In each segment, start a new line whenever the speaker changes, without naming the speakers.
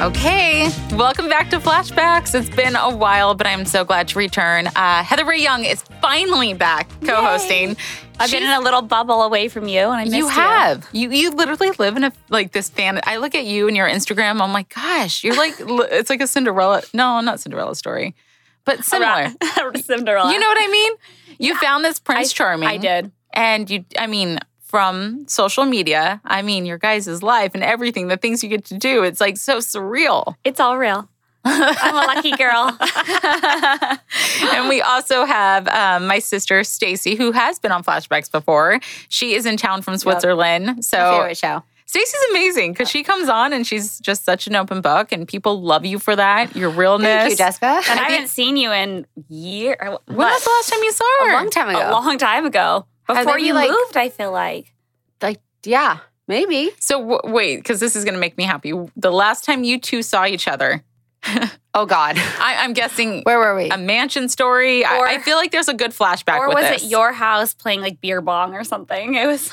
Okay, welcome back to Flashbacks. It's been a while, but I'm so glad to return. Uh, Heather Ray Young is finally back co-hosting.
I've
She's-
been in a little bubble away from you, and I missed you.
you have you. you literally live in a like this fan. I look at you and your Instagram. I'm like, gosh, you're like li- it's like a Cinderella. No, not Cinderella story, but similar.
Cinderella.
You know what I mean? You found this Prince Charming.
I did.
And you, I mean, from social media, I mean, your guys' life and everything, the things you get to do, it's like so surreal.
It's all real. I'm a lucky girl.
and we also have um, my sister Stacy, who has been on flashbacks before. She is in town from Switzerland,
My
so
favorite show.
Stacy's amazing because she comes on and she's just such an open book, and people love you for that. Your realness.
Thank you, Jessica.
And I haven't seen you in year. uh, what?
When was the last time you saw
A
her?
long time ago.
A long time ago.
they
Before
be
you
like-
moved, I feel like.
like, yeah, maybe.
So w- wait, because this is going to make me happy. The last time you two saw each other,
Oh God,
I- I'm guessing
where were we?
a mansion story.
Or-
I-, I feel like there's a good flashback.
or
with
was
this.
it your house playing like beer bong or something? It was.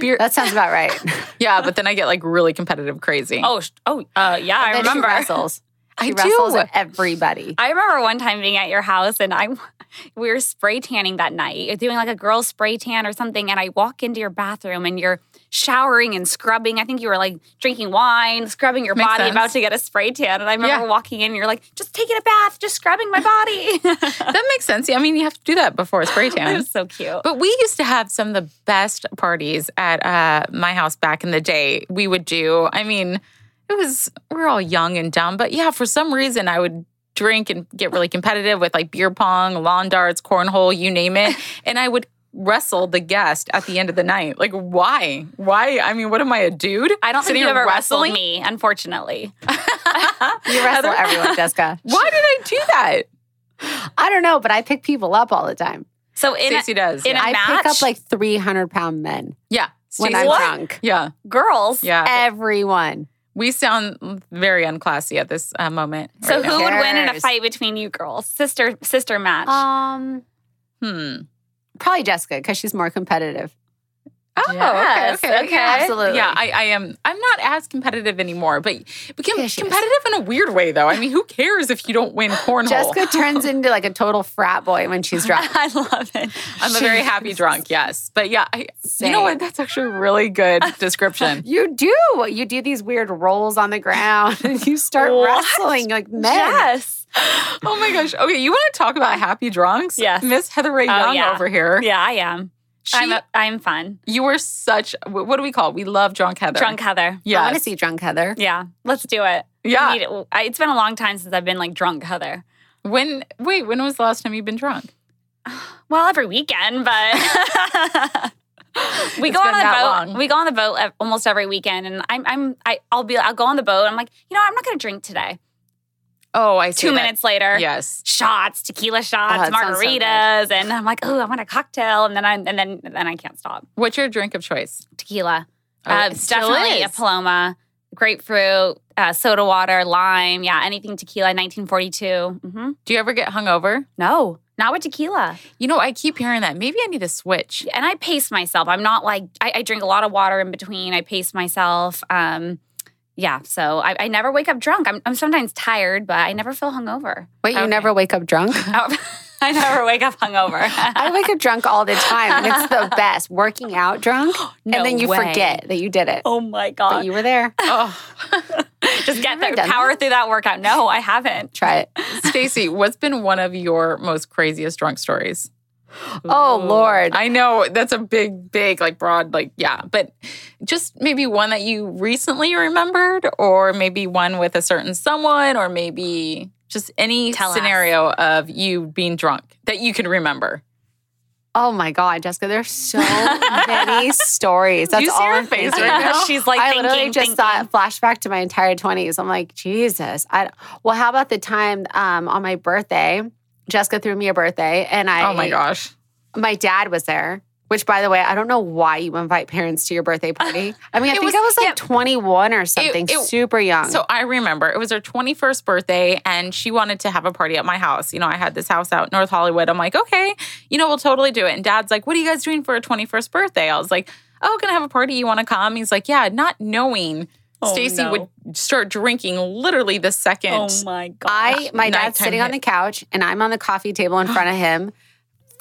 beer?
that sounds about right.
yeah, but then I get like really competitive, crazy.
Oh, sh- oh, uh, yeah, I
Then she
remember.
wrestles. She
I
wrestles
do.
with everybody.
I remember one time being at your house and I we were spray tanning that night. You're doing like a girl spray tan or something, and I walk into your bathroom and you're showering and scrubbing. I think you were like drinking wine, scrubbing your
Makes
body,
sense.
about to get a spray tan. And I remember
Yeah.
walking in, and you're like, just taking a bath, just scrubbing my body.
That makes sense. Yeah, I mean, you have to do that before a spray
it
tan.
was so cute.
But we used to have some of the best parties at uh, my house back in the day. We would do, I mean, it was, we we're all young and dumb, but yeah, for some reason I would drink and get really competitive with like beer pong, lawn darts, cornhole, you name it. And I would wrestle the guest at the end of the night. Like, why? Why? I mean, what am I, a dude?
I don't think
Sitting
you
here
ever
wrestling?
wrestled me, unfortunately.
You wrestle
Heather-
everyone, Jessica.
Why did I do that?
I don't know, but I pick people up all the time.
So in
Stacey does.
in
yeah.
a-
I pick
match?
up like three hundred pound men
yeah.
when
Stacey-
I'm
What?
drunk.
Yeah.
girls,
Yeah.
Everyone.
we sound very unclassy at this uh, moment.
so
right
who
now.
would win in a
Cares.
fight between you girls? Sister sister match.
Oh.
Um,
Hmm.
probably Jessica because she's more competitive.
Oh,
Yes, okay.
Absolutely.
Yeah, I, I am. I'm not as competitive anymore, but, but com-
Yeah, she is.
competitive in a weird way, though. I mean, who cares if you don't win cornhole?
Jessica turns into like a total frat boy when she's drunk.
I love it.
I'm a very happy drunk, yes. But yeah, I, you know what? That's actually a really good description.
You do. You do these weird rolls on the ground and you start
What?
wrestling like men.
Yes.
oh my gosh. Okay, you want to talk about happy drunks?
Yes.
Miss Heather Ray
Oh,
Young
yeah.
over here.
Yeah, I am.
She,
I'm, a, I'm fun.
you were such, wh- what do we call it? We love drunk Heather.
Drunk Heather.
I want
Yeah.
to see drunk Heather.
Yeah, let's do it.
Yeah.
I need it. I- it's been a long time since I've been like drunk Heather.
When, wait, when was the last time you've been drunk?
Well, every weekend, but we
It's
go
been
on the
that
boat.
long.
We go on the boat ev- almost every weekend, and I'm I'm I, I'll be I'll go on the boat. And I'm like, you know, I'm not going to drink today.
Oh, I see.
Two
that. Oh,
minutes later,
Yes.
shots, tequila shots,
it sounds so good.
margaritas, and I'm like, oh, I want a cocktail, and then I and then and then I can't stop
What's your drink of choice?
tequila.
Oh,
Uh,
it
it's
still
definitely a
is.
Paloma, grapefruit, uh, soda water, lime. Yeah, anything tequila, 1942. hmm
Do you ever get hungover?
No, not with tequila.
You know, I keep hearing that. Maybe I need to switch.
And I pace myself. I'm not like, I, I drink a lot of water in between. I pace myself. Um, yeah, so I, I never wake up drunk. I'm, I'm sometimes tired, but I never feel hungover.
Wait, you
Okay.
never wake up drunk?
Oh, I never wake up hungover.
I wake up drunk all the time and it's the best. Working out drunk
No
and then you
way.
forget that you did it.
oh my
But
uh,
God.
you were there.
Oh,
Just get
never
through,
done
power through that workout. No, I haven't.
Try it.
Stacy, what's been one of your most craziest drunk stories?
Oh Lord.
I know that's a big, big, like broad, like, yeah, but just maybe one that you recently remembered, or maybe one with a certain someone, or maybe just any
Tell us.
scenario of you being drunk that you can remember.
Oh my God, Jessica, there's so many stories. That's
You see
all
her
I'm
face
thinking.
right now?
She's like
I
thinking,
literally just
thinking.
thought flashback to my entire 20s. I'm like, Jesus. I well, how about the time um, on my birthday? Jessica threw me a birthday, and I
oh my gosh.
my dad was there, Which, by the way, I don't know why you invite parents to your birthday party. I mean, I
It
think
was-
I was like
yeah.
21 or something,
it-
super young.
So I remember it was her 21st birthday, and she wanted to have a party at my house. You know, I had this house out in North Hollywood. I'm like, okay, you know, we'll totally do it. And dad's like, what are you guys doing for her 21st birthday? I was like, oh, gonna have a party. You wanna come? He's like, yeah, not knowing
Oh,
Stacy
no.
would start drinking literally the second.
Oh my god!
I, my dad's
Nighttime
sitting
hit.
on the couch and I'm on the coffee table in front of him,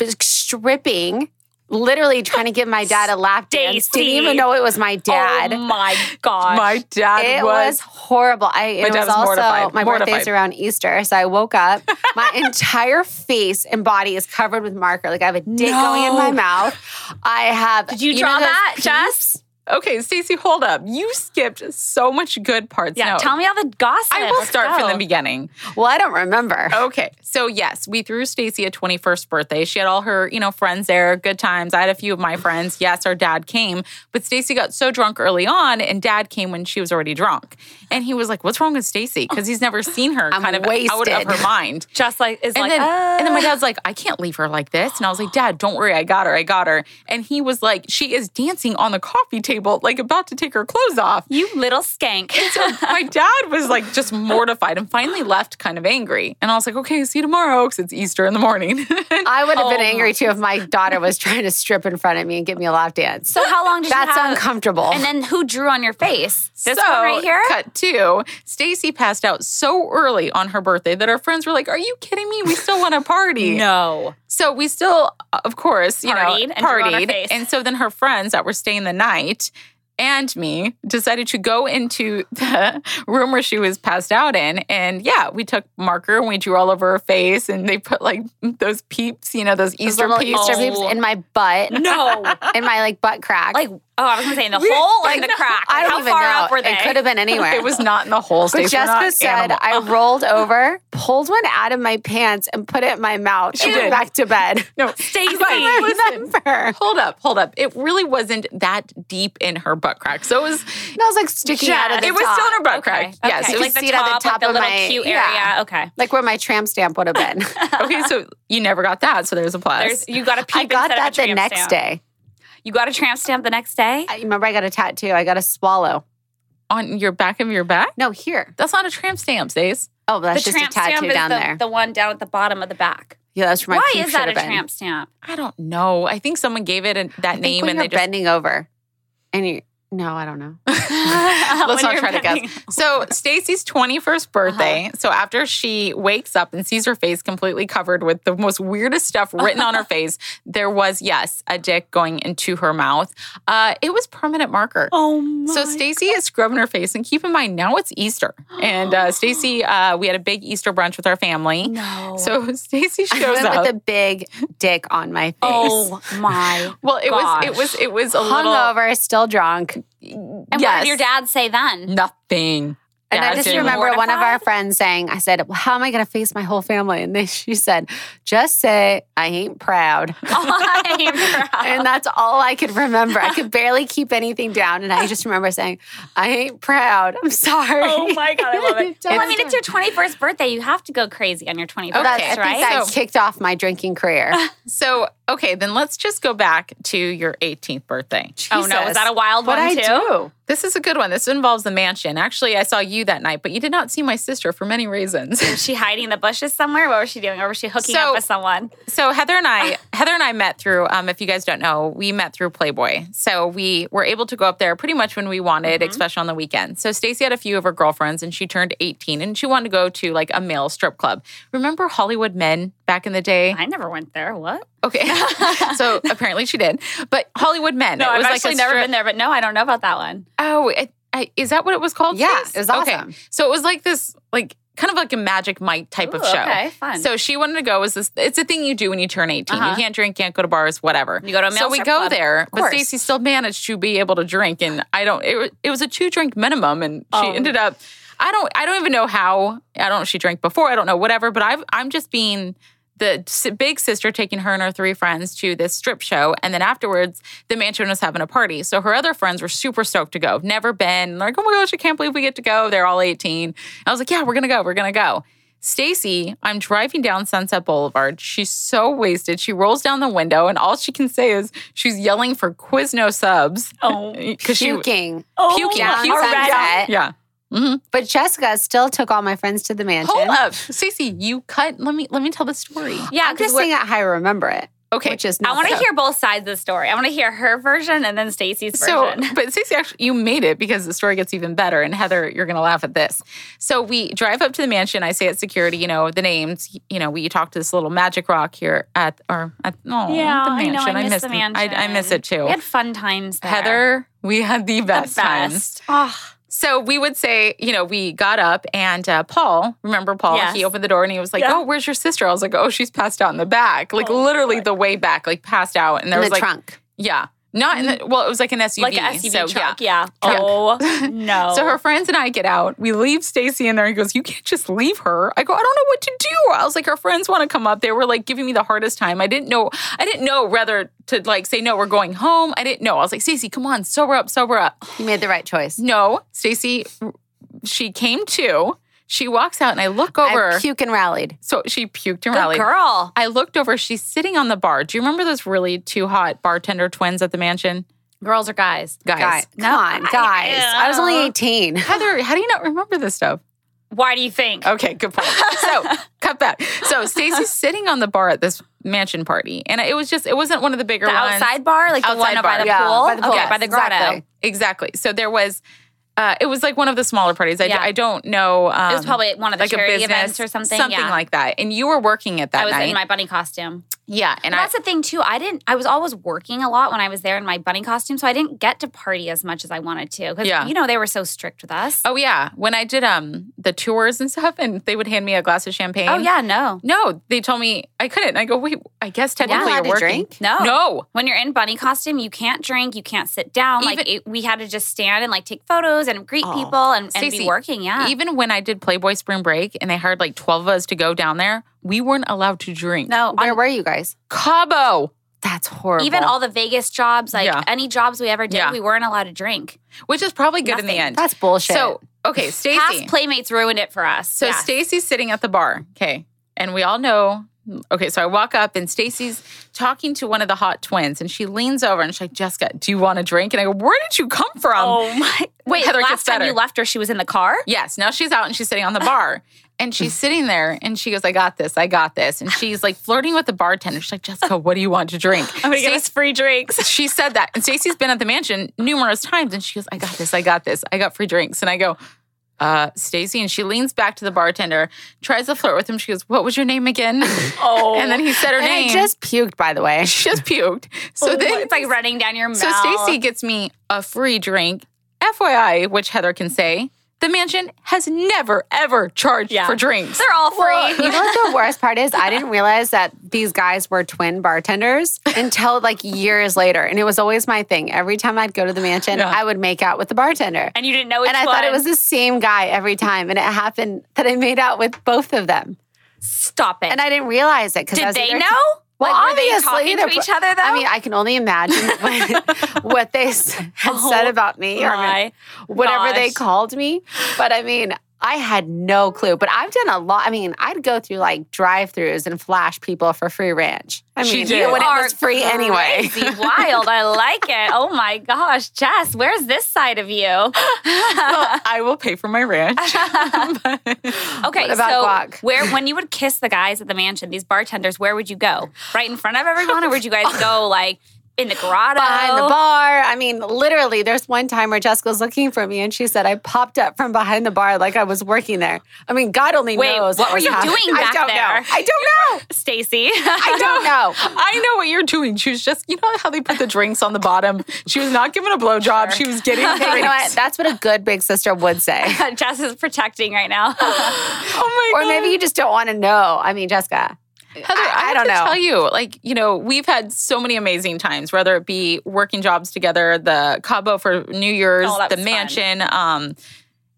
f- stripping, literally trying to give my dad a lap dance. Didn't
Stacy.
even know it was my dad.
Oh my god!
my dad
it was, horrible. I it
My dad
was,
was
also
mortified,
my
mortified.
birthday's around Easter, so I woke up. My entire face and body is covered with marker. Like I have a dick going in my
No.
mouth. I have.
Did you,
know
draw
those
that,
peeps?
Jess?
Okay, Stacy, hold up. You skipped so much good parts.
Yeah,
No,
tell me all the gossip.
I will
Let's
start
go.
from the beginning.
Well, I don't remember.
Oh.
Okay. So yes, we threw Stacy a 21st birthday. She had all her, you know, friends there, good times. I had a few of my friends. Yes, our dad came, but Stacy got so drunk early on and dad came when she was already drunk. And he was like, "What's wrong with Stacy?" cuz he's never seen her
I'm
kind of out
wasted.
of her mind.
Just like is
And
like,
then and then my
uh,
dad's like, "I can't leave her like this." And I was like, "Dad, don't worry. I got her. I got her." And he was like, "She is dancing on the coffee table like about to take her clothes off."
you little skank.
so my dad was like just mortified and finally left kind of angry. And I was like, okay, see you tomorrow because it's Easter in the morning.
I would have been
Oh.
angry too if my daughter was trying to strip in front of me and give me a lap dance.
so how long did
That's
you have?
uncomfortable.
And then who drew on your face? This
so,
one right here.
Cut two. Stacy passed out so early on her birthday that our friends were like, are you kidding me? We still want a party.
No.
So we still, uh, of course, you
Partied
know,
and drew on our
partied.
face.
And so then her friends that were staying the night and me decided to go into the room where she was passed out in. And yeah, we took marker and we drew all over her face and they put like those peeps, you know, those
Those
Easter
little
peeps.
Easter
Oh.
peeps in my butt,
No.
in my like butt crack.
like oh, I was gonna say in the
We-
hole or in
like,
the crack.
I
Like,
don't
how
even
far
know.
up were they?
It could have been anywhere.
It was not in the whole
But
stage.
Jessica said I rolled over, pulled one out of my pants, and put it in my mouth.
She
and went
did.
back to bed.
no,
Stacy.
I remember.
Hold up, hold up. It really wasn't that deep in her butt crack. So it was
And I was like sticking out of the
it was
top,
still in her butt crack.
Okay.
Yes,
okay.
it was
like
see
the
it at the
top,
top
like the
of
little
my-
cute
yeah.
area. Okay.
like where my tramp stamp would have been.
okay. So you never got that. So there's a plus.
There's, you got a peep
I got
instead of a
that the
tramp
next
stamp.
day.
You got a tramp stamp the next day?
I remember I got a tattoo. I got a swallow.
on your back of your back?
No, here.
That's not a tramp stamp, Stace.
Oh, that's
the
just a
tramp
tattoo
stamp
down
is the,
there.
the one down at the bottom of the back.
yeah, that's where my
Why
poof
is that
should
a
have been.
tramp stamp?
I don't know. I think someone gave it an, that
I think
name
when
and
you're
they just.
bending over, and you. No, I don't know.
Let's
Let's
not try to guess. So Stacy's 21st
Uh-huh.
birthday. So after she wakes up and sees her face completely covered with the most weirdest stuff written on her face, there was yes a dick going into her mouth. Uh, it was permanent marker.
Oh my.
So Stacy is scrubbing her face, and keep in mind now it's Easter, and uh, Stacy, uh, we had a big Easter brunch with our family.
No.
So Stacy
I
shows
went
up.
with a big dick on my face.
oh my.
well, it was it
gosh.
was it was a little
Hungover, still drunk.
And what
Yes.
did your dad say then?
Nothing.
And I
Dad
just
didn't-
remember one of our
mortified?
friends saying, I said, well, How am I going to face my whole family? And then she said, Just say, I ain't proud.
Oh I'm proud.
And that's all I could remember. I could barely keep anything down. And I just remember saying, I ain't proud. I'm sorry.
Oh my god, I love it.
Don't
well, I mean,
do
it's your 21st birthday. You have to go crazy on your 21st,
Okay.
That's, I think
right? Oh,
that
So-
kicked off my drinking career.
So okay, then let's just go back to your 18th birthday.
oh no,
Jesus.
was that a wild
What
one
I
too?
do?
This is a good one. This involves the mansion. Actually, I saw you that night, but you did not see my sister for many reasons.
Was she hiding in the bushes somewhere? What was she doing? Or was she hooking
So-
up with someone?
So Heather and I, Heather and I met through. Um, if you guys don't know, we met through Playboy. So we were able to go up there pretty much when we wanted,
Mm-hmm.
especially on the weekend. So Stacey had a few of her girlfriends, and she turned 18, and she wanted to go to like a male strip club. Remember Hollywood Men back in the day?
I never went there. What?
Okay, so apparently she did, but Hollywood Men.
No,
it was
I've
like
actually
a
never
strip-
been there, but no, I don't know about that one.
Oh, it, I, is that what it was called?
Yeah,
Stace?
it was
Okay.
awesome.
So it was like this, like kind of like a Magic Mike type of
Ooh,
show.
Okay, fun.
So she wanted to go. Is this? It's a thing you do when you turn 18 You
Uh-huh.
can't drink, can't go to bars, whatever.
You go to a male
so we
strip
go
club.
there, but
course.
Stacy still managed to be able to drink, and I don't. It, wa- it was a two drink minimum, and she
Oh.
ended up. I don't. I don't even know how. I don't. know if She drank before. I don't know. Whatever. But I've, I'm just being the s- big sister taking her and her three friends to this strip show, and then afterwards, the mansion was having a party. So her other friends were super stoked to go. Never been. They're like, oh my gosh, I can't believe we get to go. They're all 18. I was like, yeah, we're gonna go. We're gonna go. Stacy, I'm driving down Sunset Boulevard. She's so wasted. She rolls down the window, and all she can say is she's yelling for Quizno subs
Oh,
because she
puking.
oh
puking,
down
puking.
Sunset.
Yeah. hmm
But Jessica still took all my friends to the mansion.
Hold up, Stacy. You cut. Let me let me tell the story.
Yeah,
I'm just
we're-
saying that how I remember it.
Okay.
Which is
I want to
nothing.
hear both sides of the story. I want to hear her version and then Stacy's
So,
version.
but Stacey, actually, you made it because the story gets even better. And Heather, you're going to laugh at this. So we drive up to the mansion. I say at security, you know, the names. You know, we talk to this little magic rock here at or at no,
yeah,
the
I
mansion.
know. I miss, the
it.
mansion.
I, I miss it too.
We had fun times there.
Heather, we had the
the
best, times.
best. Oh,
Ah.
So we would say, you know, we got up and uh, Paul, remember Paul?
Yes.
He opened the door and he was like,
Yeah.
"Oh, where's your sister?" I was like, "Oh, she's passed out in the back, like
Oh,
literally
God.
the way back, like passed out." And there was
in the
like,
trunk.
yeah, not in the well, it was like an SUV,
Mm-hmm. like an SUV
so yeah.
truck. Yeah.
Truck.
Oh no.
So her friends and I get out. We leave Stacy in there. He goes, "You can't just leave her." I go, "I don't know what to do." I was like, "Her friends want to come up." They were like giving me the hardest time. I didn't know. I didn't know whether to like say no. We're going home. I didn't know. I was like, "Stacy, come on, sober up, sober up."
You made the right choice.
No, Stacy. She came to. She walks out, and I look
I
over.
puke and rallied.
so she puked and
Good
rallied.
girl.
I looked over. She's sitting on the bar. Do you remember those really two hot bartender twins at the mansion?
Girls or guys?
Guys.
Guy- Come on, guys. I was only 18.
Heather, how do you not remember this stuff?
Why do you think?
Okay, good point. So, cut back. So, Stacy's sitting on the bar at this mansion party, and it was just it wasn't one of the bigger
the
ones.
outside bar, like the one
Outside
by
bar.
the
Yeah,
pool,
by the pool.
Okay, by the grotto.
Exactly.
exactly. So there was, uh, it was like one of the smaller parties. I,
Yeah.
I don't know. Um,
It was probably one of the
like a
charity
business
events or something.
something
yeah.
like that. And you were working at that
I was
night.
in my bunny costume.
yeah, and
Well,
I
that's the thing too. I didn't. I was always working a lot when I was there in my bunny costume, so I didn't get to party as much as I wanted to. Because
Yeah.
you know they were so strict with us.
oh yeah, when I did um the tours and stuff, and they would hand me a glass of champagne.
Oh, yeah, no,
No, they told me I couldn't. I go, wait, I guess
Weren't
technically
allowed
you're
to
working.
drink?
no,
No,
When you're in bunny costume, you can't drink, you can't sit down. like
Even-
it, we had to just stand and like take photos and greet
Oh,
people and, and
Stacey,
be working. Yeah,
Even when I did Playboy Spring Break and they hired like 12 of us to go down there, we weren't allowed to drink.
no.
Where were you guys?
Cabo,
That's horrible.
Even all the Vegas jobs, like
Yeah.
any jobs we ever did,
Yeah.
we weren't allowed to drink.
which is probably good in
Nothing.
the end.
That's bullshit.
So, okay, Stacy.
Past playmates ruined it for us.
so
yeah.
Stacy's sitting at the bar. Okay. And we all know. Okay, so I walk up and Stacy's talking to one of the hot twins and she leans over and she's like, Jessica, do you want a drink? And I go, Where did you come from?
oh my! Wait,
Heather gets
last time
better.
you left her, she was in the car.
Yes. Now she's out and she's sitting on the bar. And she's sitting there and she goes, I got this, I got this. And she's like flirting with the bartender. She's like, Jessica, what do you want to drink? Stacy-
free drinks.
she said that. And Stacey's been at the mansion numerous times and she goes, I got this, I got this, I got free drinks. And I go, uh, Stacy, and she leans back to the bartender, tries to flirt with him. She goes, What was your name again?
Oh,
And then he said her
and
name.
I just puked, by the way.
she just puked. So
Oh,
then
it's like running down your mouth.
So Stacy gets me a free drink. FYI, which Heather can say, the mansion has never ever charged
Yeah.
for drinks.
they're all
Well, you
free.
know what the worst part is? I didn't realize that these guys were twin bartenders until like years later. And it was always my thing. Every time I'd go to the mansion,
Yeah.
I would make out with the bartender.
and you didn't know which
and I
one.
thought it was the same guy every time. And it happened that I made out with both of them.
Stop it.
And I didn't realize it because
Did they know?
Well,
like, were they
obviously,
talking to
they're-
each other though?
I mean, I can only imagine what, what they s- had said
Oh
about me or
My
whatever they
gosh.
called me. But I mean, I had no clue. But I've done a lot. I mean, I'd go through like drive-throughs and flash people for free ranch. I
She
mean,
did.
when it
are
was free anyway.
crazy wild. I like it. Oh my gosh, Jess, where's this side of you?
Well, I will pay for my ranch.
Okay,
What about
so
guac?
where when you would kiss the guys at the mansion, these bartenders, where would you go? Right in front of everyone, or would you guys go like in the garage
Behind the bar. I mean, literally, there's one time where Jessica was looking for me and she said I popped up from behind the bar like I was working there. I mean, God only
Wait,
knows.
what were
was
you
happening.
doing
I
back
don't
there?
know. I don't know.
Stacy?
I don't know.
I know what you're doing. She was just, you know how they put the drinks on the bottom? She was not giving a blowjob. She was getting
Hey, you know what?
drinks.
That's what a good big sister would say.
Jess is protecting right now.
oh my
Or
God.
maybe you just don't want to know. I mean, Jessica.
Heather, I,
I- I don't
have to
know.
Tell you, like you know, we've had so many amazing times, whether it be working jobs together, the Cabo for New Year's,
Oh, that
the
was fun.
mansion. Um,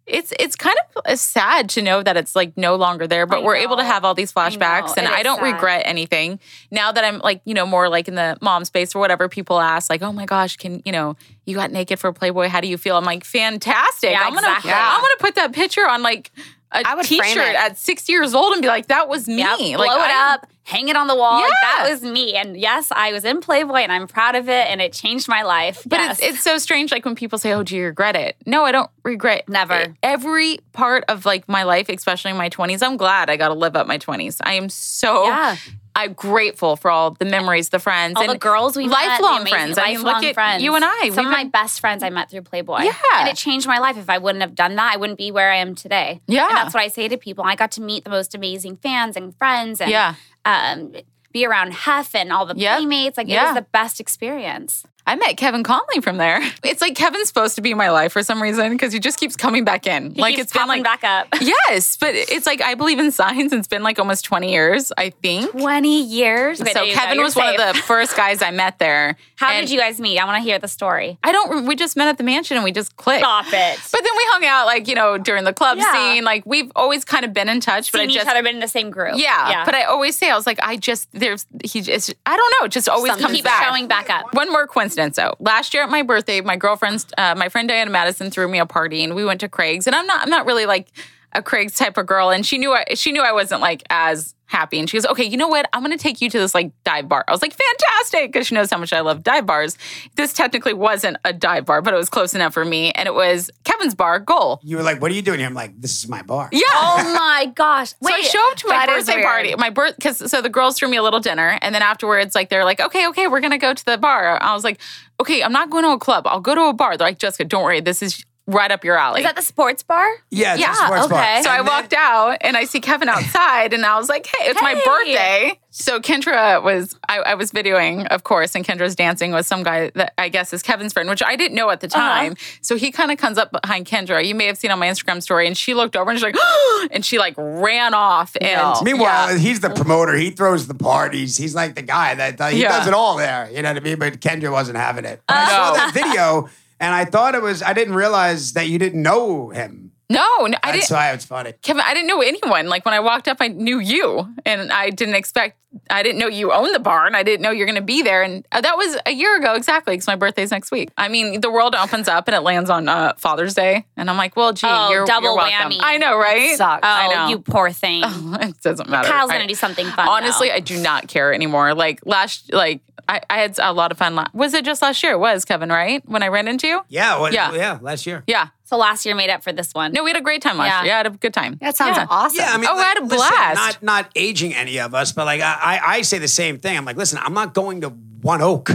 it's it's kind of uh, sad to know that it's like no longer there, but
I
we're able to
know.
have all these
I
flashbacks,
know.
and
It
I
is
don't
sad.
regret anything. Now that I'm like you know more like in the mom space or whatever, people ask like, oh my gosh, can you know you got naked for Playboy? How do you feel? I'm like fantastic.
Yeah,
I'm gonna
exactly.
I'm gonna put that picture on like a
I would frame
t-shirt
it.
at six years old and be like, that was me.
Yep,
like,
blow it
I-
up, hang it on the wall.
Yeah.
That was me. And yes, I was in Playboy and I'm proud of it and it changed my life.
But
yes.
it's, it's so strange. Like when people say, "Oh, do you regret it?" No, I don't regret
Never.
it. Every part of like my life, especially in my twenties, I'm glad I got to live up my twenties. I am so
yeah.
I'm grateful for all the memories, the friends,
all
and
the girls we met, the
lifelong
amazing
friends. I mean,
lifelong
look at
friends.
you and I.
Some of
We've
my
been-
best friends I met through Playboy.
Yeah.
and it changed my life. If I wouldn't have done that, I wouldn't be where I am today.
Yeah.
and that's what I say to people. I got to meet the most amazing fans and friends, and
yeah.
um, be around Hef and all the
Yep.
playmates. Like it
Yeah.
was the best experience.
I met Kevin Conley from there. It's like Kevin's supposed to be in my life for some reason because he just keeps coming back in.
He
like
keeps
it's been
popping
like
back up.
yes, but it's like I believe in signs. It's been like almost twenty years, I think.
Twenty years. Okay, there
So
you go.
Kevin
You're
was one
safe.
of the first guys I met there.
How
And
did you guys meet? I want to hear the story.
I don't. We just met at the mansion and we just clicked.
Stop it.
But then we hung out, like, you know, during the club
Yeah.
scene. Like, we've always kind of been in touch, but
Seeing
I just.
each other, been in the same group.
yeah, But I always say, I was like, I just, there's, he just, I don't know, it just always
Something's
comes back.
showing back up.
One more coincidence though. Last year at my birthday, my girlfriend's, uh, my friend Diana Madison threw me a party and we went to Craig's. And I'm not, I'm not really like a Craig's type of girl. And she knew I, she knew I wasn't like as happy. And she goes, okay, you know what? I'm going to take you to this like dive bar. I was like, fantastic. Cause she knows how much I love dive bars. This technically wasn't a dive bar, but it was close enough for me. And it was Kevin's bar, Goal.
You were like, "What are you doing here?" I'm like, "This is my bar."
Yeah.
Oh my gosh. Wait,
so I show up to my
that is
birthday
weird.
party. My birth because so the girls threw me a little dinner, and then afterwards, like they're like, okay, okay, we're gonna go to the bar. I was like, okay, I'm not going to a club. I'll go to a bar. They're like, Jessica, don't worry, this is right up your alley.
is that the sports bar?
yeah, it's a
Yeah,
sports
okay.
bar.
so I
And then-
walked out and I see Kevin outside, and I was like, "Hey, it's my
Hey.
birthday." So Kendra was, I, I was videoing, of course, and Kendra's dancing with some guy that I guess is Kevin's friend, which I didn't know at the
Uh-huh.
time. So he kind of comes up behind Kendra. You may have seen on my Instagram story, and she looked over and she's like, and she like ran off.
No.
And
Meanwhile,
yeah.
he's the promoter. He throws the parties. He's like the guy that that- he
Yeah. Oh.
does it all there. You know what I mean? But Kendra wasn't having it. But I saw
No.
that video and I thought it was. I didn't realize that you didn't know him.
no, no, I
That's
didn't.
why it's funny.
Kevin, I didn't know anyone. Like when I walked up, I knew you, and I didn't expect. I didn't know you owned the barn. I didn't know you're going to be there, and uh, that was a year ago exactly. Because my birthday's next week. I mean, the world opens up and it lands on uh, Father's Day, and I'm like, well, gee,
Oh,
you're
double
you're welcome.
whammy.
I know, right?
Sucks.
Oh,
I know.
you poor thing.
it doesn't matter.
Kyle's
I-
gonna do something fun.
Honestly,
though.
I do not care anymore. Like last, like I, I had a lot of fun. La- was it just last year? It was Kevin, right? When I ran into you.
Yeah, well,
Yeah.
yeah, last year.
Yeah.
so last year made up for this one.
No, we had a great time last
Yeah.
year. Yeah, I had a good time.
That sounds
Yeah.
awesome.
Yeah, I mean,
Oh, I
like,
had a
listen,
blast.
Not not aging any of us, but like I, I, I say the same thing. I'm like, listen, I'm not going to One Oak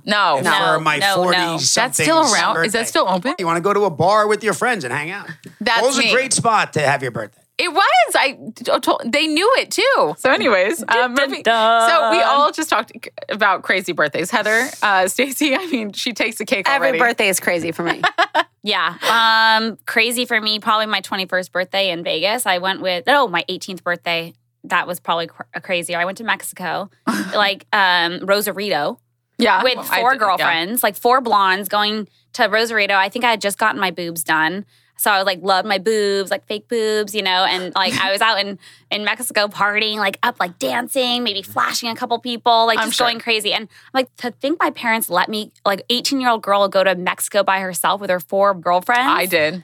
Oh, No,
No.
for my
no.
40
That's still around. Is that still open?
You want to go to a bar with your friends and hang out.
That's
Goal's
me.
a great spot to have your birthday.
It was. I t- told they knew it too. So, anyways, um, moving- so we all just talked c- about crazy birthdays. Heather, uh, Stacy. I mean, she takes the cake
Every
already.
birthday is crazy for me.
yeah, um, crazy for me. Probably my 21st birthday in Vegas. I went with oh my 18th birthday. That was probably cr- crazy. I went to Mexico, like um, Rosarito,
yeah,
with
Well, I
four
did- yeah.
girlfriends, like four blondes going to Rosarito. I think I had just gotten my boobs done. So I was like loved my boobs, like fake boobs, you know, and like I was out in in Mexico partying, like up like dancing, maybe flashing a couple people, like
I'm
just
sure.
going crazy. And I'm like to think my parents let me like 18 year old girl go to Mexico by herself with her four girlfriends.
I did.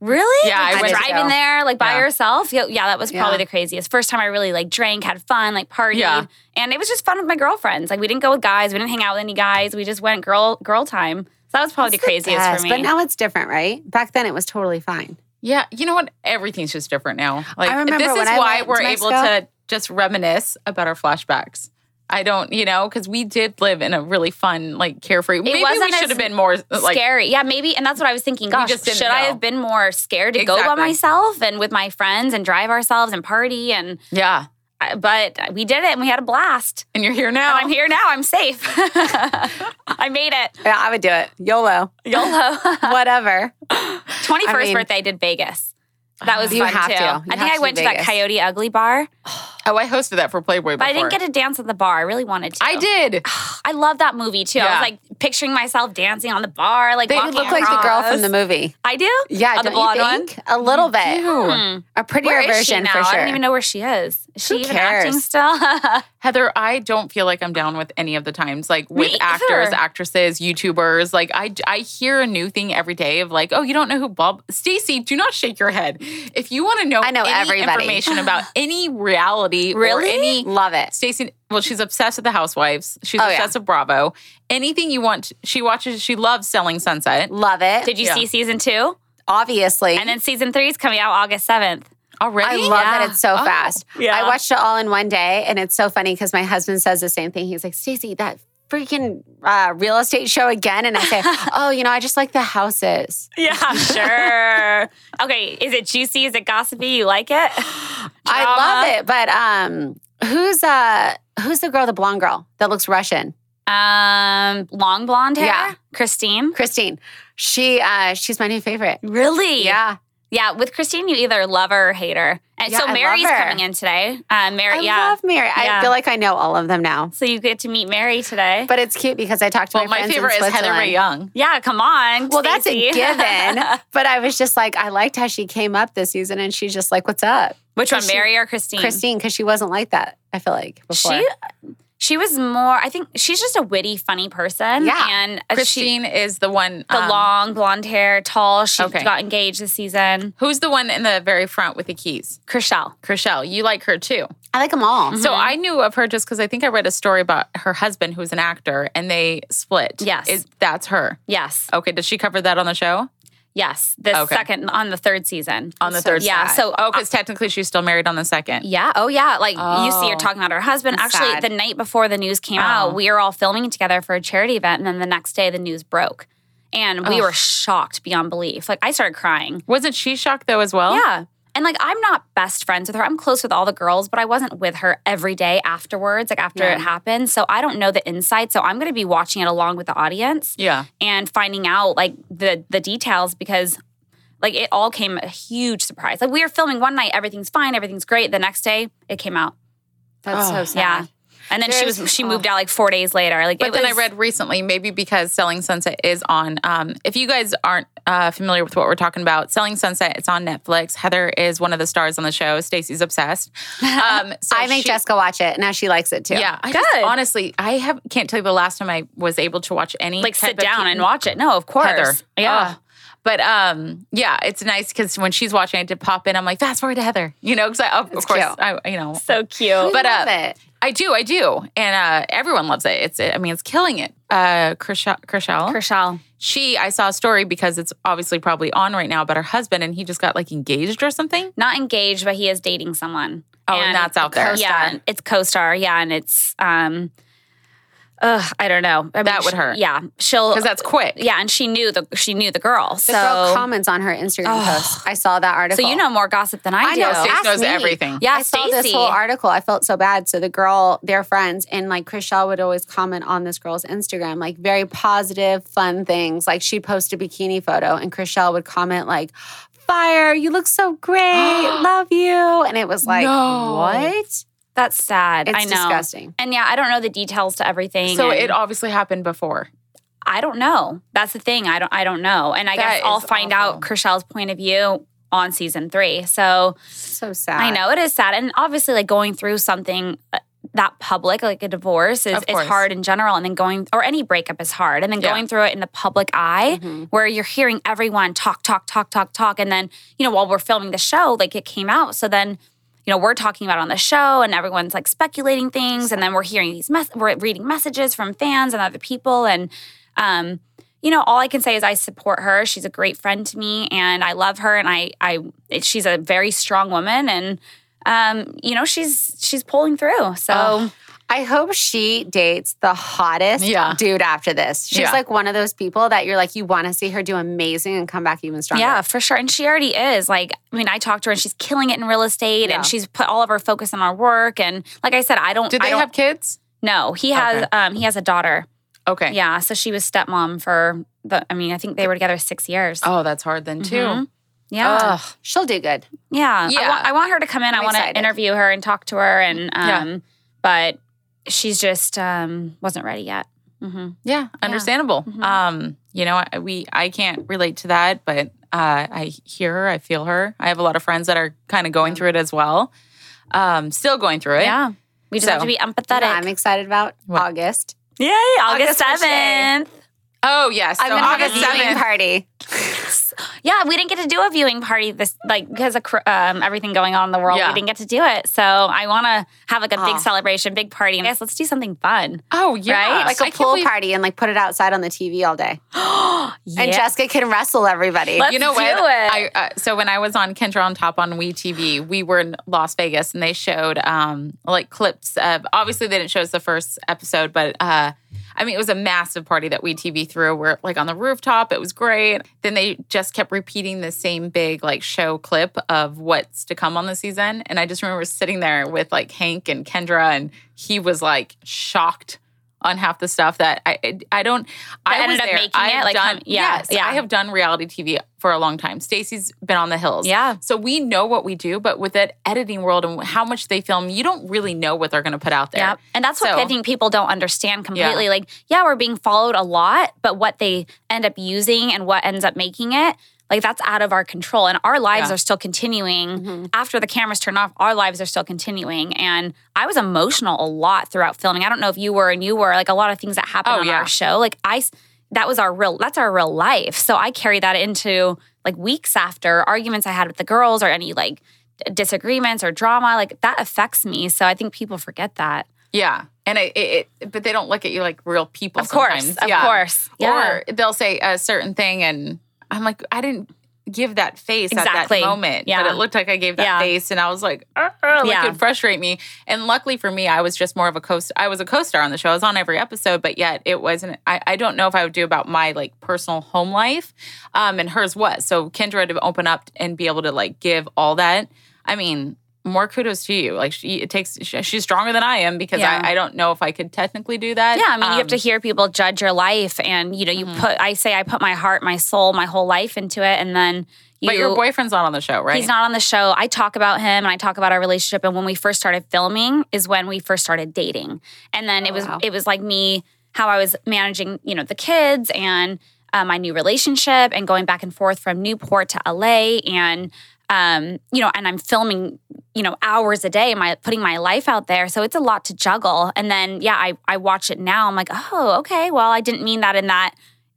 Really?
Yeah, I
like,
went-
driving there like by
Yeah.
yourself. Yeah, yeah, that was probably
Yeah.
the craziest. First time I really like drank, had fun, like partied,
Yeah.
and it was just fun with my girlfriends. Like we didn't go with guys, we didn't hang out with any guys. We just went girl girl time. So that was probably the craziest
Yes,
for me.
But now it's different, right? Back then it was totally fine.
Yeah, you know what? Everything's just different now. Like
remember
this
when
is
I
why
went
we're
to
able
Mexico-
to just reminisce about our flashbacks. I don't, you know, because we did live in a really fun, like carefree. Maybe we
wasn't as
should have been more like
Scary. Yeah, maybe. And that's what I was thinking. Gosh,
just
should
didn't
I
know.
have been more scared to go by
Exactly.
myself and with my friends and drive ourselves and party? And
yeah.
I- but we did it and we had a blast.
And you're here now.
And I'm here now. I'm safe. I made it.
Yeah, I would do it. YOLO.
YOLO.
Whatever.
21st
I mean-
birthday I did Vegas. That was
You
fun
have
too.
to. You
I
have
think I
to
went
do
to that
Vegas.
Coyote Ugly bar.
Oh, I hosted that for Playboy.
But I didn't get to dance at the bar. I really wanted to.
I did.
I love that movie too. I
Yeah.
was like picturing myself dancing on the bar, like
They
walking
look like the girl
across.
from the movie.
I do.
Yeah,
oh, the
don't
blonde
you
one.
think? A little bit.
Hmm.
A prettier
Where is she
version
now?
for sure.
I don't even know where she is. Is
Who
she even
cares?
acting still?
Heather, I don't feel like I'm down with any of the times, like with
either.
actors, actresses, YouTubers. Like I, I hear a new thing every day of like, oh, you don't know who Bob Stacy. Do not shake your head. If you want to know,
I know
any
everybody.
information about any reality,
Really?
or any
Love it.
Stacey, well, she's obsessed with the Housewives. She's
Oh, yeah.
obsessed with Bravo. Anything you want, she watches. She loves Selling Sunset.
Love it.
Did you
Yeah.
see season two?
Obviously.
And then season three is coming out August seventh.
Already,
I love
Yeah.
that it's so
Oh.
fast.
Yeah.
I watched it all in one day, and it's so funny because my husband says the same thing. He's like, Stacey, that freaking uh, real estate show again. And I say, Oh, you know, I just like the houses.
Yeah, sure. okay, is it juicy? Is it gossipy? You like it?
I love it. But um, who's uh who's the girl, the blonde girl that looks Russian?
Um, long blonde hair.
Yeah.
Christine.
Christine. She uh she's my new favorite.
Really?
Yeah.
Yeah, with Christine, you either love her or hate her. And
Yeah, I
so
love
Mary's
her.
coming in today. Uh, Mary,
I
yeah.
love Mary.
Yeah.
I feel like I know all of them now.
so you get to meet Mary today.
But it's cute because I talked to
Well,
my
my
friends
favorite
in
is Heather
Switzerland.
Ray Young.
yeah, come on.
Well, that's a
Stacey.
given. but I was just like, I liked how she came up this season, and she's just like, "What's up,
Which one,
Christine-
Mary or Christine?
Christine?" Because she wasn't like that. I feel like before.
She she was more. I think she's just a witty, funny person.
Yeah.
and uh, she,
Christine is the one.
the
um,
long blonde hair, tall. She
Okay.
got engaged this season.
Who's the one in the very front with the keys?
Chriselle.
Chriselle, you like her too.
I like them all.
So
Mm-hmm.
I knew of her just because I think I read a story about her husband who's an actor and they split.
Yes.
Is, that's her.
Yes,
Okay, does she cover that on the show?
yes. The
Okay.
second on the third season.
On the third
yeah.
side.
So
oh, because technically she's still married on the second.
Yeah. Oh, yeah. Like you see,
Oh.
you're talking about her husband.
That's
Actually,
sad.
the night before the news came
Oh.
out, we were all filming together for a charity event, and then the next day the news broke, and we
Ugh.
were shocked beyond belief. Like I started crying.
Wasn't she shocked though as well?
Yeah. And like I'm not best friends with her. I'm close with all the girls, but I wasn't with her every day afterwards, like after
Yeah.
it happened. So I don't know the inside. So I'm gonna be watching it along with the audience
Yeah.
and finding out like the the details because like it all came a huge surprise. Like we were filming one night, everything's fine, everything's great. The next day it came out.
That's so
Oh.
sad.
Yeah. And then she
There's-
was she moved out like four days later. Like
But
it
then I
was-
read recently, maybe because Selling Sunset is on. Um, if you guys aren't uh, familiar with what we're talking about, Selling Sunset, it's on Netflix. Heather is one of the stars on the show. Stacey's obsessed. Um, so
I make
she-
Jessica watch it. Now she likes it too.
Yeah, I just,
Good.
honestly, I have can't tell you the last time I was able to watch any
like
type
sit
of
down
ca-
and watch it. No, of course.
Heather.
Yeah.
Ugh. But um, yeah, it's nice because when she's watching, I did pop in. I'm like, fast forward to Heather, you know, because of, of course,
cute.
I you know,
So cute.
But,
Love
uh,
it.
I do, I do, and uh, everyone loves it. It's, I mean, it's killing it. Uh, Kershaw, Kershaw,
Kershal.
she I saw a story because it's obviously probably on right now about her husband and he just got like engaged or something.
Not engaged, but he is dating someone.
Oh, and, that's out there.
co-
Yeah.
Co-star.
It's co star. Yeah. And it's um ugh, I don't know. I mean,
That would
sh-
hurt.
Yeah. She'll
Because that's quick.
yeah, and she knew the she knew the girl.
The
so
girl comments on her Instagram post. I saw that
so
article.
you know more gossip than I,
I
do.
know.
Stacey
Ask
knows
me.
everything.
yeah,
I saw this
Stacey.
whole article. I felt so bad. So the girl, their friends, and like Chriselle would always comment on this girl's Instagram, like very positive, fun things. Like she'd post a bikini photo, and Chriselle would comment like, "Fire! You look so great. Love you." And it was like,
No.
what? It's
That's sad. I know.
disgusting.
And yeah, I don't know the details to everything.
So
and-
it obviously happened before.
I don't know. That's the thing. I don't I don't know. And I
That
guess I'll
is
find out
awful.
Kershal's point of view on season three. So
So sad.
I know it is sad. And obviously like going through something uh, that public, like a divorce is,
Of
is
course.
hard in general. And then going or any breakup is hard. And then
Yeah. Mm-hmm.
going through it in the public eye
Mhm.
where you're hearing everyone talk, talk, talk, talk, talk. And then, you know, while we're filming the show, like it came out. So then you know, we're talking about it on the show and everyone's like speculating things. And then we're hearing these, mes- we're reading messages from fans and other people. And, um, you know, all I can say is I support her. She's a great friend to me and I love her. And I, I, she's a very strong woman and, um, you know, she's, she's pulling through. So
Ugh.
I hope she dates the hottest
Yeah.
dude after this. She's
Yeah.
like one of those people that you're like, you want to see her do amazing and come back even stronger.
Yeah, for sure. And she already is. Like, I mean, I talked to her and she's killing it in real estate
Yeah.
and she's put all of her focus on our work. And like I said, I don't,
Did
I
they
don't-
have kids?
no, he has,
Okay.
um, he has a daughter.
Okay.
Yeah, so she was stepmom for the. I mean, I think they were together six years.
Oh, that's hard then Oh, too.
Mhm. Yeah.
Ugh.
She'll do good.
Yeah. I,
Yeah.
want, I want her to come in.
I'm
I want to
excited.
interview her and talk to her. And
Yeah.
um, but she's just um wasn't ready yet. hmm
Yeah, understandable.
Mhm.
Um, you know, I, we I can't relate to that, but uh, I hear her, I feel her. I have a lot of friends that are kind of going through it as well. Um, still going through it.
Yeah. We just have
So-
to be
That
empathetic.
I'm excited about
What?
August.
Yay! August
August Roche.
seventh.
Oh yes.
I'm
so
gonna
August
have a viewing
seventh.
party.
Yeah, we didn't get to do a viewing party this like because of cr- um, everything going on in the world.
Yeah.
We didn't get to do it, so I want to have like a
Aw.
big celebration, big party. Yes, let's do something fun.
Oh yeah.
Right?
Like a
I can't
pool
believe-
party and like put it outside on the TV all day.
yeah.
And Jessica can wrestle everybody.
Let's
You know
do
what?
it.
I uh, so when I was on Kendra on Top on WE TV, we were in Las Vegas and they showed um like clips of obviously they didn't show us the first episode, but uh I mean it was a massive party that WE TV threw. We're like on the rooftop, it was great. Then they just kept repeating the same big like show clip of what's to come on the season. And I just remember sitting there with like Hank and Kendra and he was like shocked. On half the stuff that I I- I don't I
ended
was
up
there.
making
I
it,
have
like,
done,
hum- yeah,
yes,
yeah.
I have done reality TV for a long time. Stacy's been on the hills.
yeah.
So we know what we do, but with that editing world and how much they film, you don't really know what they're going to put out there.
Yeah. And that's what
So-
I think people don't understand completely. Like, yeah, we're being followed a lot, but what they end up using and what ends up making it, like that's out of our control. And our lives
Yeah. Mm-hmm.
are still continuing.
Mhm.
After the cameras turn off, our lives are still continuing. And I was emotional a lot throughout filming. I don't know if you were and you were like a lot of things that happened
Oh,
on
yeah.
our show. Like I s- that was our real that's our real life. So I carry that into like weeks after arguments I had with the girls or any like disagreements or drama like that affects me so i think people forget that
Yeah. And it, it, it- but they don't look at you like real people.
of course,
sometimes.
of
Yeah.
course, yeah,
Or they'll say a certain thing, and I'm like, I didn't give that face
Exactly.
at that moment,
Yeah.
but it looked like I gave that
Yeah.
face, and I was like, "Uh, uh," like
Yeah.
it frustrate me. And luckily for me, I was just more of a co. I was a co-star on the show. I was on every episode, but yet it wasn't. I, I don't know if I would do about my like personal home life, um, and hers was. So Kendra to open up and be able to like give all that. I mean. More kudos to you. Like she, it takes. She, she's stronger than I am because
Yeah.
I, I don't know if I could technically do that.
yeah. I mean, you have
Um,
to hear people judge your life, and you know, you put. I say I put my heart, my soul, my whole life into it, and then you.
But your boyfriend's not on the show, right?
He's not on the show. I talk about him and I talk about our relationship. And when we first started filming is when we first started dating. And then it was
Oh, wow.
it was like me how I was managing, you know, the kids and uh, my new relationship and going back and forth from Newport to LA and um, you know, and I'm filming, you know, hours a day, my putting my life out there. So it's a lot to juggle. And then yeah, I I watch it now. I'm like, oh, okay. Well, I didn't mean that in that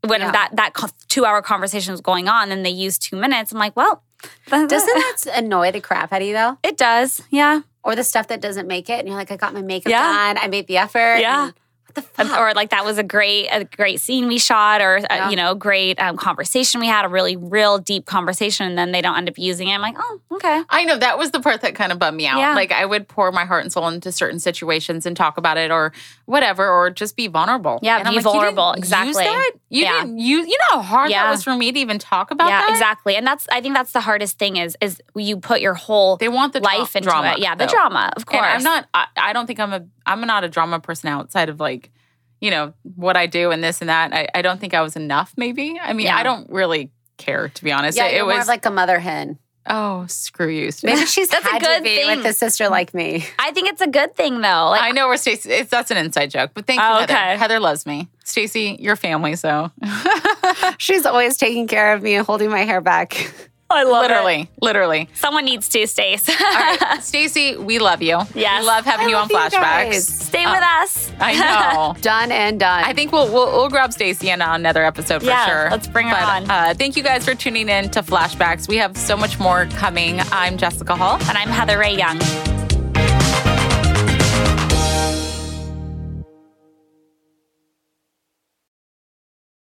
when
Yeah.
that that two hour conversation was going on, then they used two minutes. I'm like, well,
Doesn't that annoy the crap out of you though?
it does, yeah.
Or the stuff that doesn't make it, and you're like, I got my makeup
Yeah.
done, I made the effort.
Yeah.
and What the
And-
fuck?
Or like that was a great, a great scene we shot, or uh,
Yeah.
you know, great um, conversation we had, a really real deep conversation, and then they don't end up using it. I'm like, oh, okay,
I know that was the part that kind of bummed me out.
Yeah.
Like I would pour my heart and soul into certain situations and talk about it or whatever, or just be vulnerable.
Yeah,
and I'm
be
like, you didn't
vulnerable.
use
Exactly.
that? You
Yeah.
didn't. You you know how hard
Yeah.
that was for me to even talk about
yeah,
that.
exactly. And that's, I think that's the hardest thing is, is you put your whole
They want the dra-
life into
drama.
it. Yeah, the
though.
drama, of course.
And I'm not. I, I don't think I'm a. I'm not a drama person outside of like, you know, what I do and this and that. I, I don't think I was enough. Maybe. I mean,
Yeah.
I don't really care to be honest.
yeah,
it,
you're
it
more
was
of like a mother hen.
oh screw you. Stacey.
Maybe she's
That's a
had
good
to be
thing.
with a sister like me.
I think it's a good thing though. Like,
I know we're Stacey. It's, that's an inside joke, but thank you,
Oh,
Heather.
okay.
Heather loves me. Stacey, your family, so
She's always taking care of me and holding my hair back.
I love
literally, literally.
Someone needs to stay.
All right, Stacey, we love you.
Yes.
we love having
I
you on
love you
flashbacks.
guys.
stay with us.
I know.
Done and done.
I think we'll we'll, we'll grab Stacey in on another episode for
Yeah,
sure.
let's bring her
But,
on.
Uh, thank you guys for tuning in to Flashbacks. We have so much more coming. I'm Jessica Hall.
And I'm Heather Ray Young.